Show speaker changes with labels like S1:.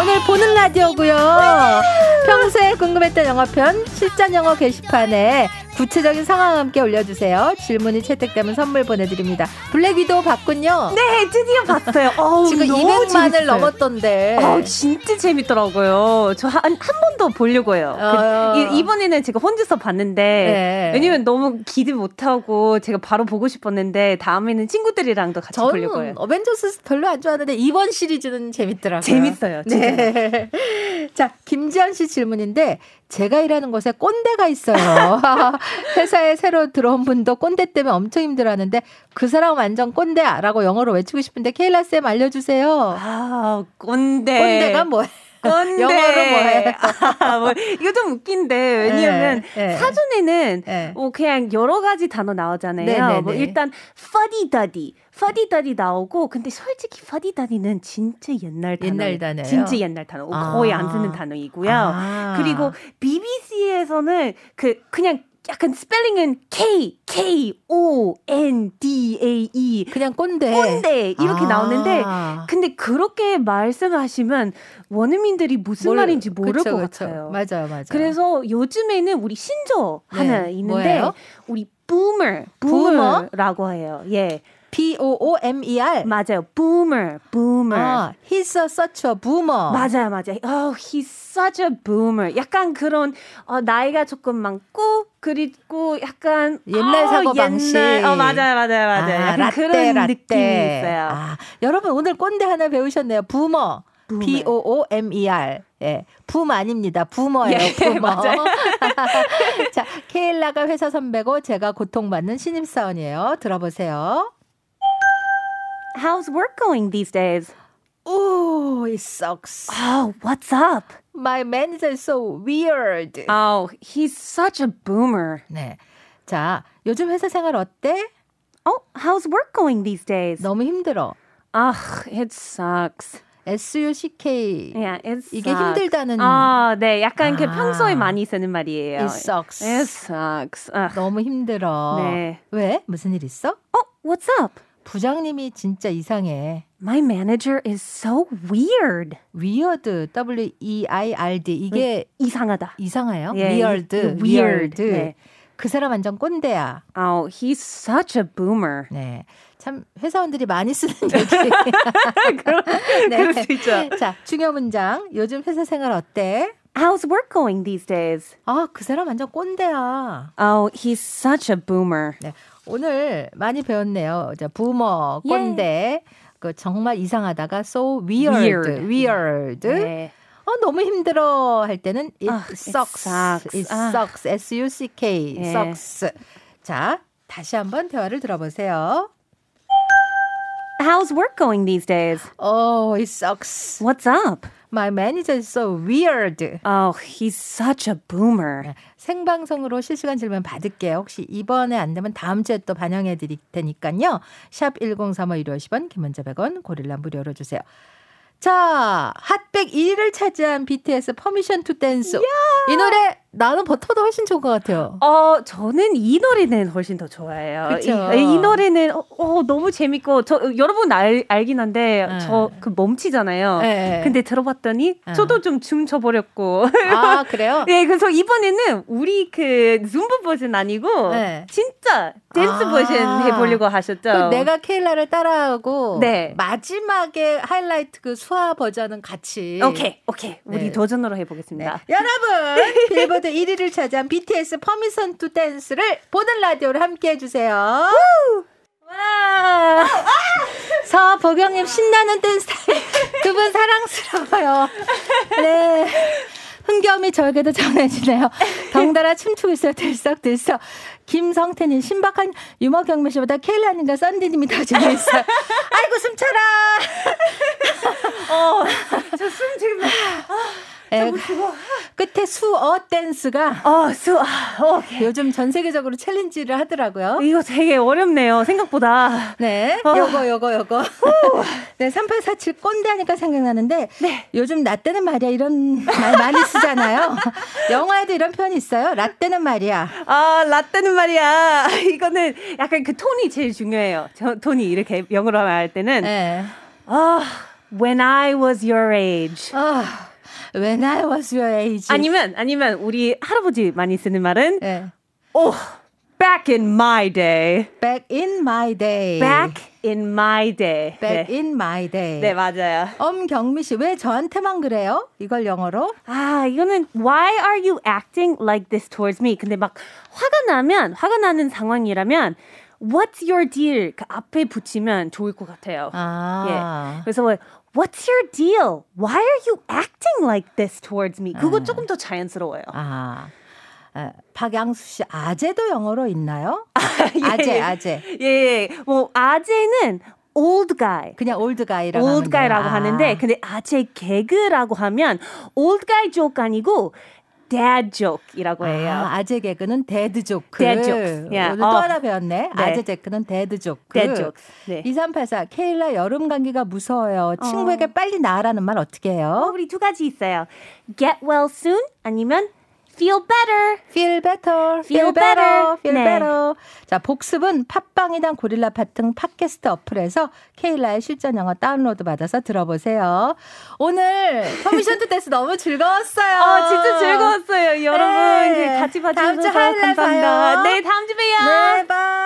S1: 오늘 보는 라디오고요. 평소에 궁금했던 영어편 실전 영어 게시판에 구체적인 상황과 함께 올려주세요. 질문이 채택되면 선물 보내드립니다. 블랙 위도우 봤군요.
S2: 네, 드디어 봤어요. 어우,
S1: 지금
S2: 너무
S1: 200만을
S2: 재밌어요.
S1: 넘었던데.
S2: 어, 진짜 재밌더라고요. 저 한, 한 번 더 보려고 해요. 그-
S1: 어.
S2: 이, 이번에는 제가 혼자서 봤는데,
S1: 네.
S2: 왜냐면 너무 기대 못하고 제가 바로 보고 싶었는데, 다음에는 친구들이랑도 같이 보려고 해요.
S1: 저는 어벤져스 별로 안 좋아하는데 이번 시리즈는 재밌더라고요.
S2: 재밌어요, 진짜.
S1: 네. 자, 김지현 씨 질문인데 제가 일하는 곳에 꼰대가 있어요. 회사에 새로 들어온 분도 꼰대 때문에 엄청 힘들어하는데 그 사람 완전 꼰대야라고 영어로 외치고 싶은데 케일라 쌤 알려주세요.
S2: 아, 꼰대.
S1: 꼰대가 뭐예요?
S2: 꼰대.
S1: 영어로 뭐예요?
S2: 아, 뭐, 이거 좀 웃긴데, 왜냐면
S1: 네, 네.
S2: 사전에는
S1: 네.
S2: 뭐 그냥 여러 가지 단어 나오잖아요.
S1: 네, 네,
S2: 뭐
S1: 네.
S2: 일단 fuddy-duddy, fuddy-duddy 나오고, 근데 솔직히 fuddy-duddy는 진짜 옛날 단어.
S1: 옛날 단어예요?
S2: 진짜 옛날 단어.
S1: 아.
S2: 거의 안 쓰는 단어이고요.
S1: 아.
S2: 그리고 BBC에서는 그 그냥 약간 스펠링은 K K O N D A E
S1: 그냥 꼰대.
S2: 꼰대 이렇게
S1: 아.
S2: 나오는데 근데 그렇게 말씀하시면 원어민들이 무슨
S1: 뭘-
S2: 말인지 모를
S1: 그쵸,
S2: 것
S1: 그쵸.
S2: 같아요.
S1: 맞아요, 맞아요.
S2: 그래서 요즘에는 우리 신조
S1: 네,
S2: 하나 있는데
S1: 뭐예요?
S2: 우리 boomer,
S1: Boomer?
S2: boomer라고 해요. 예,
S1: B O O M E R.
S2: 맞아요. boomer, boomer.
S1: 아, he's a such a boomer.
S2: 맞아요, 맞아요. Oh, he's such a boomer. 약간 그런 어, 나이가 조금 많고 그리고 약간
S1: 옛날
S2: 어,
S1: 사고방식.
S2: 옛날- 어, 맞아요, 맞아요, 맞아요.
S1: 아,
S2: 약간
S1: 라떼,
S2: 그런
S1: 라떼.
S2: 느낌이 있어요.
S1: 아, 여러분 오늘 꼰대 하나 배우셨네요. 부머.
S2: Boomer.
S1: B O O M E R. 예. 붐 아닙니다. 부머예요.
S2: 예,
S1: 부머.
S2: 맞아요.
S1: 자, 케일라가 회사 선배고 제가 고통받는 신입 사원이에요. 들어보세요.
S2: How's work going these days?
S1: 오, it sucks.
S2: Oh, what's up?
S1: My manager is so weird.
S2: Oh, he's such a boomer.
S1: 네. 자, 요즘 회사 생활 어때?
S2: Oh, how's work going these days?
S1: 너무 힘들어.
S2: Ugh, it sucks.
S1: S U C K.
S2: Yeah, it sucks.
S1: 이게 힘들다는
S2: 아, 네, 약간 그
S1: 아.
S2: 평소에 많이 쓰는 말이에요.
S1: It sucks.
S2: It sucks. Ugh.
S1: 너무 힘들어.
S2: 예, 네.
S1: 왜? 무슨 일 있어?
S2: Oh, what's up?
S1: 부장님이 진짜 이상해.
S2: My manager is so weird.
S1: 위어드 W E I R D 이게
S2: 이상하다.
S1: 이상해요?
S2: 네. 예,
S1: 위어드,
S2: 이-
S1: 위어드.
S2: 이- weird. 네.
S1: 그 사람 완전 꼰대야.
S2: Oh, he's such a boomer.
S1: 네. 참 회사원들이 많이 쓰는 얘기. 네.
S2: 그럴 수 있죠.
S1: 자, 중요 문장. 요즘 회사 생활 어때?
S2: How's work going these days?
S1: 아, 그 사람 완전 꼰대야.
S2: Oh, he's such a boomer.
S1: 네. 오늘 많이 배웠네요. 자, 부머,
S2: 예.
S1: 꼰대. 그 정말 이상하다가 so weird,
S2: Weird.
S1: weird.
S2: 네.
S1: 어, 너무 힘들어 할 때는 it
S2: 아, it
S1: sucks.
S2: sucks.
S1: It
S2: 아.
S1: sucks. S U C K.
S2: 예.
S1: sucks. 자, 다시 한번 대화를 들어보세요.
S2: How's work going these days?
S1: Oh, it sucks.
S2: What's up?
S1: My manager is so weird. 네,
S2: Oh, he's such a boomer.
S1: 생방송으로 실시간 질문 받을게요. 혹시 이번에 안 되면 다음 주에 또 반영해 드릴 테니까요. 샵 1035 1 50원, 김문자 100원, 고릴라 무료로 주세요. 자, 핫백 1위를 차지한 BTS 퍼미션 투 댄스. 이 노래 나는 버터보다 훨씬 좋은 것 같아요.
S2: 어, 저는 이 노래는 훨씬 더 좋아해요.
S1: 그쵸.
S2: 이, 이 노래는 어, 어, 너무 재밌고 저 어, 여러분 알, 알긴 한데
S1: 네.
S2: 저 그 멈치잖아요.
S1: 네.
S2: 근데 들어봤더니
S1: 네.
S2: 저도 좀 춤춰 버렸고.
S1: 아, 그래요?
S2: 네, 그래서 이번에는 우리 그 줌바 버전 아니고
S1: 네.
S2: 진짜 댄스
S1: 아.
S2: 버전
S1: 그
S2: 해보려고 하셨죠.
S1: 내가 케일라를 따라하고
S2: 네.
S1: 마지막에 하이라이트 그 수화 버전은 같이
S2: 오케이, 오케이, 우리
S1: 네.
S2: 도전으로
S1: 네.
S2: 해보겠습니다.
S1: 여러분 빌보드 1위를 차지한 BTS 퍼미션 투 댄스를 보는 라디오로 함께 해주세요.
S2: 와.
S1: 서보경님 신나는 댄스 타임 두 분 사랑스러워요. 네. 흥겨움이 저에게도 전해지네요. 덩달아 춤추고 있어요. 들썩들썩. 김성태님, 신박한 유머 경매 씨보다 케일라님과 썬디님이 더 재미있어요. 아이고, 숨차라.
S2: 어, 저 숨 지금 아,
S1: 에, 끝에 수어 댄스가
S2: 어, 수, 아, 오케이.
S1: 요즘 전 세계적으로 챌린지를 하더라고요.
S2: 이거 되게 어렵네요. 생각보다.
S1: 네.
S2: 어.
S1: 요거, 요거, 요거. 네, 3847 꼰대 하니까 생각나는데,
S2: 네.
S1: 요즘 라떼는 말이야. 이런 말 많이 쓰잖아요. 영화에도 이런 표현이 있어요. 라떼는 말이야.
S2: 아, 라떼는 말이야. 이거는 약간 그 톤이 제일 중요해요. 저, 톤이 이렇게 영어로 할 때는
S1: 예.
S2: 아, When I was your age.
S1: 아, when I was your age.
S2: 아니면 아니면 우리 할아버지 많이 쓰는 말은
S1: 예.
S2: oh back in my day.
S1: back in my
S2: 네.
S1: day.
S2: Back in my day.
S1: back
S2: 네.
S1: in my day.
S2: 네, 맞아요.
S1: 엄경미 씨, 왜 저한테만 그래요? 이걸 영어로?
S2: 아, 이거는 why are you acting like this towards me? 근데 막 화가 나면 화가 나는 상황이라면 what's your deal? 그 앞에 붙이면 좋을 것 같아요.
S1: 아.
S2: 예. 그래서 뭐, what's your deal? Why are you acting like this towards me? 그거 조금 더 자연스러워요.
S1: 아. 아, 박양수 씨, 아재도 영어로 있나요?
S2: 예,
S1: 아재,
S2: 예.
S1: 아재.
S2: 예, 예. 뭐 아재는 old guy.
S1: 그냥 올드 가이라고
S2: old guy라고 하는데 근데 아재 개그라고 하면 old guy joke 아니고 dad joke이라고 해요.
S1: 아, 아재 개그는 데드 조크.
S2: Dead jokes. 예.
S1: 오늘 또
S2: 어.
S1: 하나 배웠네.
S2: 네.
S1: 아재 개그는 데드 조크.
S2: Dead jokes. 네.
S1: 2384 케일라 여름 감기가 무서워요. 친구에게 빨리 나으라는 말 어떻게
S2: 어,
S1: 해요?
S2: 우리 두 가지 있어요. get well soon 아니면 feel better.
S1: Feel better,
S2: Feel better.
S1: feel
S2: 네.
S1: better. 자, 복습은 팟빵이랑 고릴라 팟등 팟캐스트 어플에서 케일라의 실전 영어 다운로드 받아서 들어보세요. 오늘 커미션 투 댄스 너무 즐거웠어요.
S2: 어, 진짜 즐거웠어요, 여러분.
S1: 네.
S2: 같이
S1: 다음 주
S2: 봐주셔서
S1: 화요일 날 봐요.
S2: 감사합니다. 네, 다음 주 봬요.
S1: 네, 바이.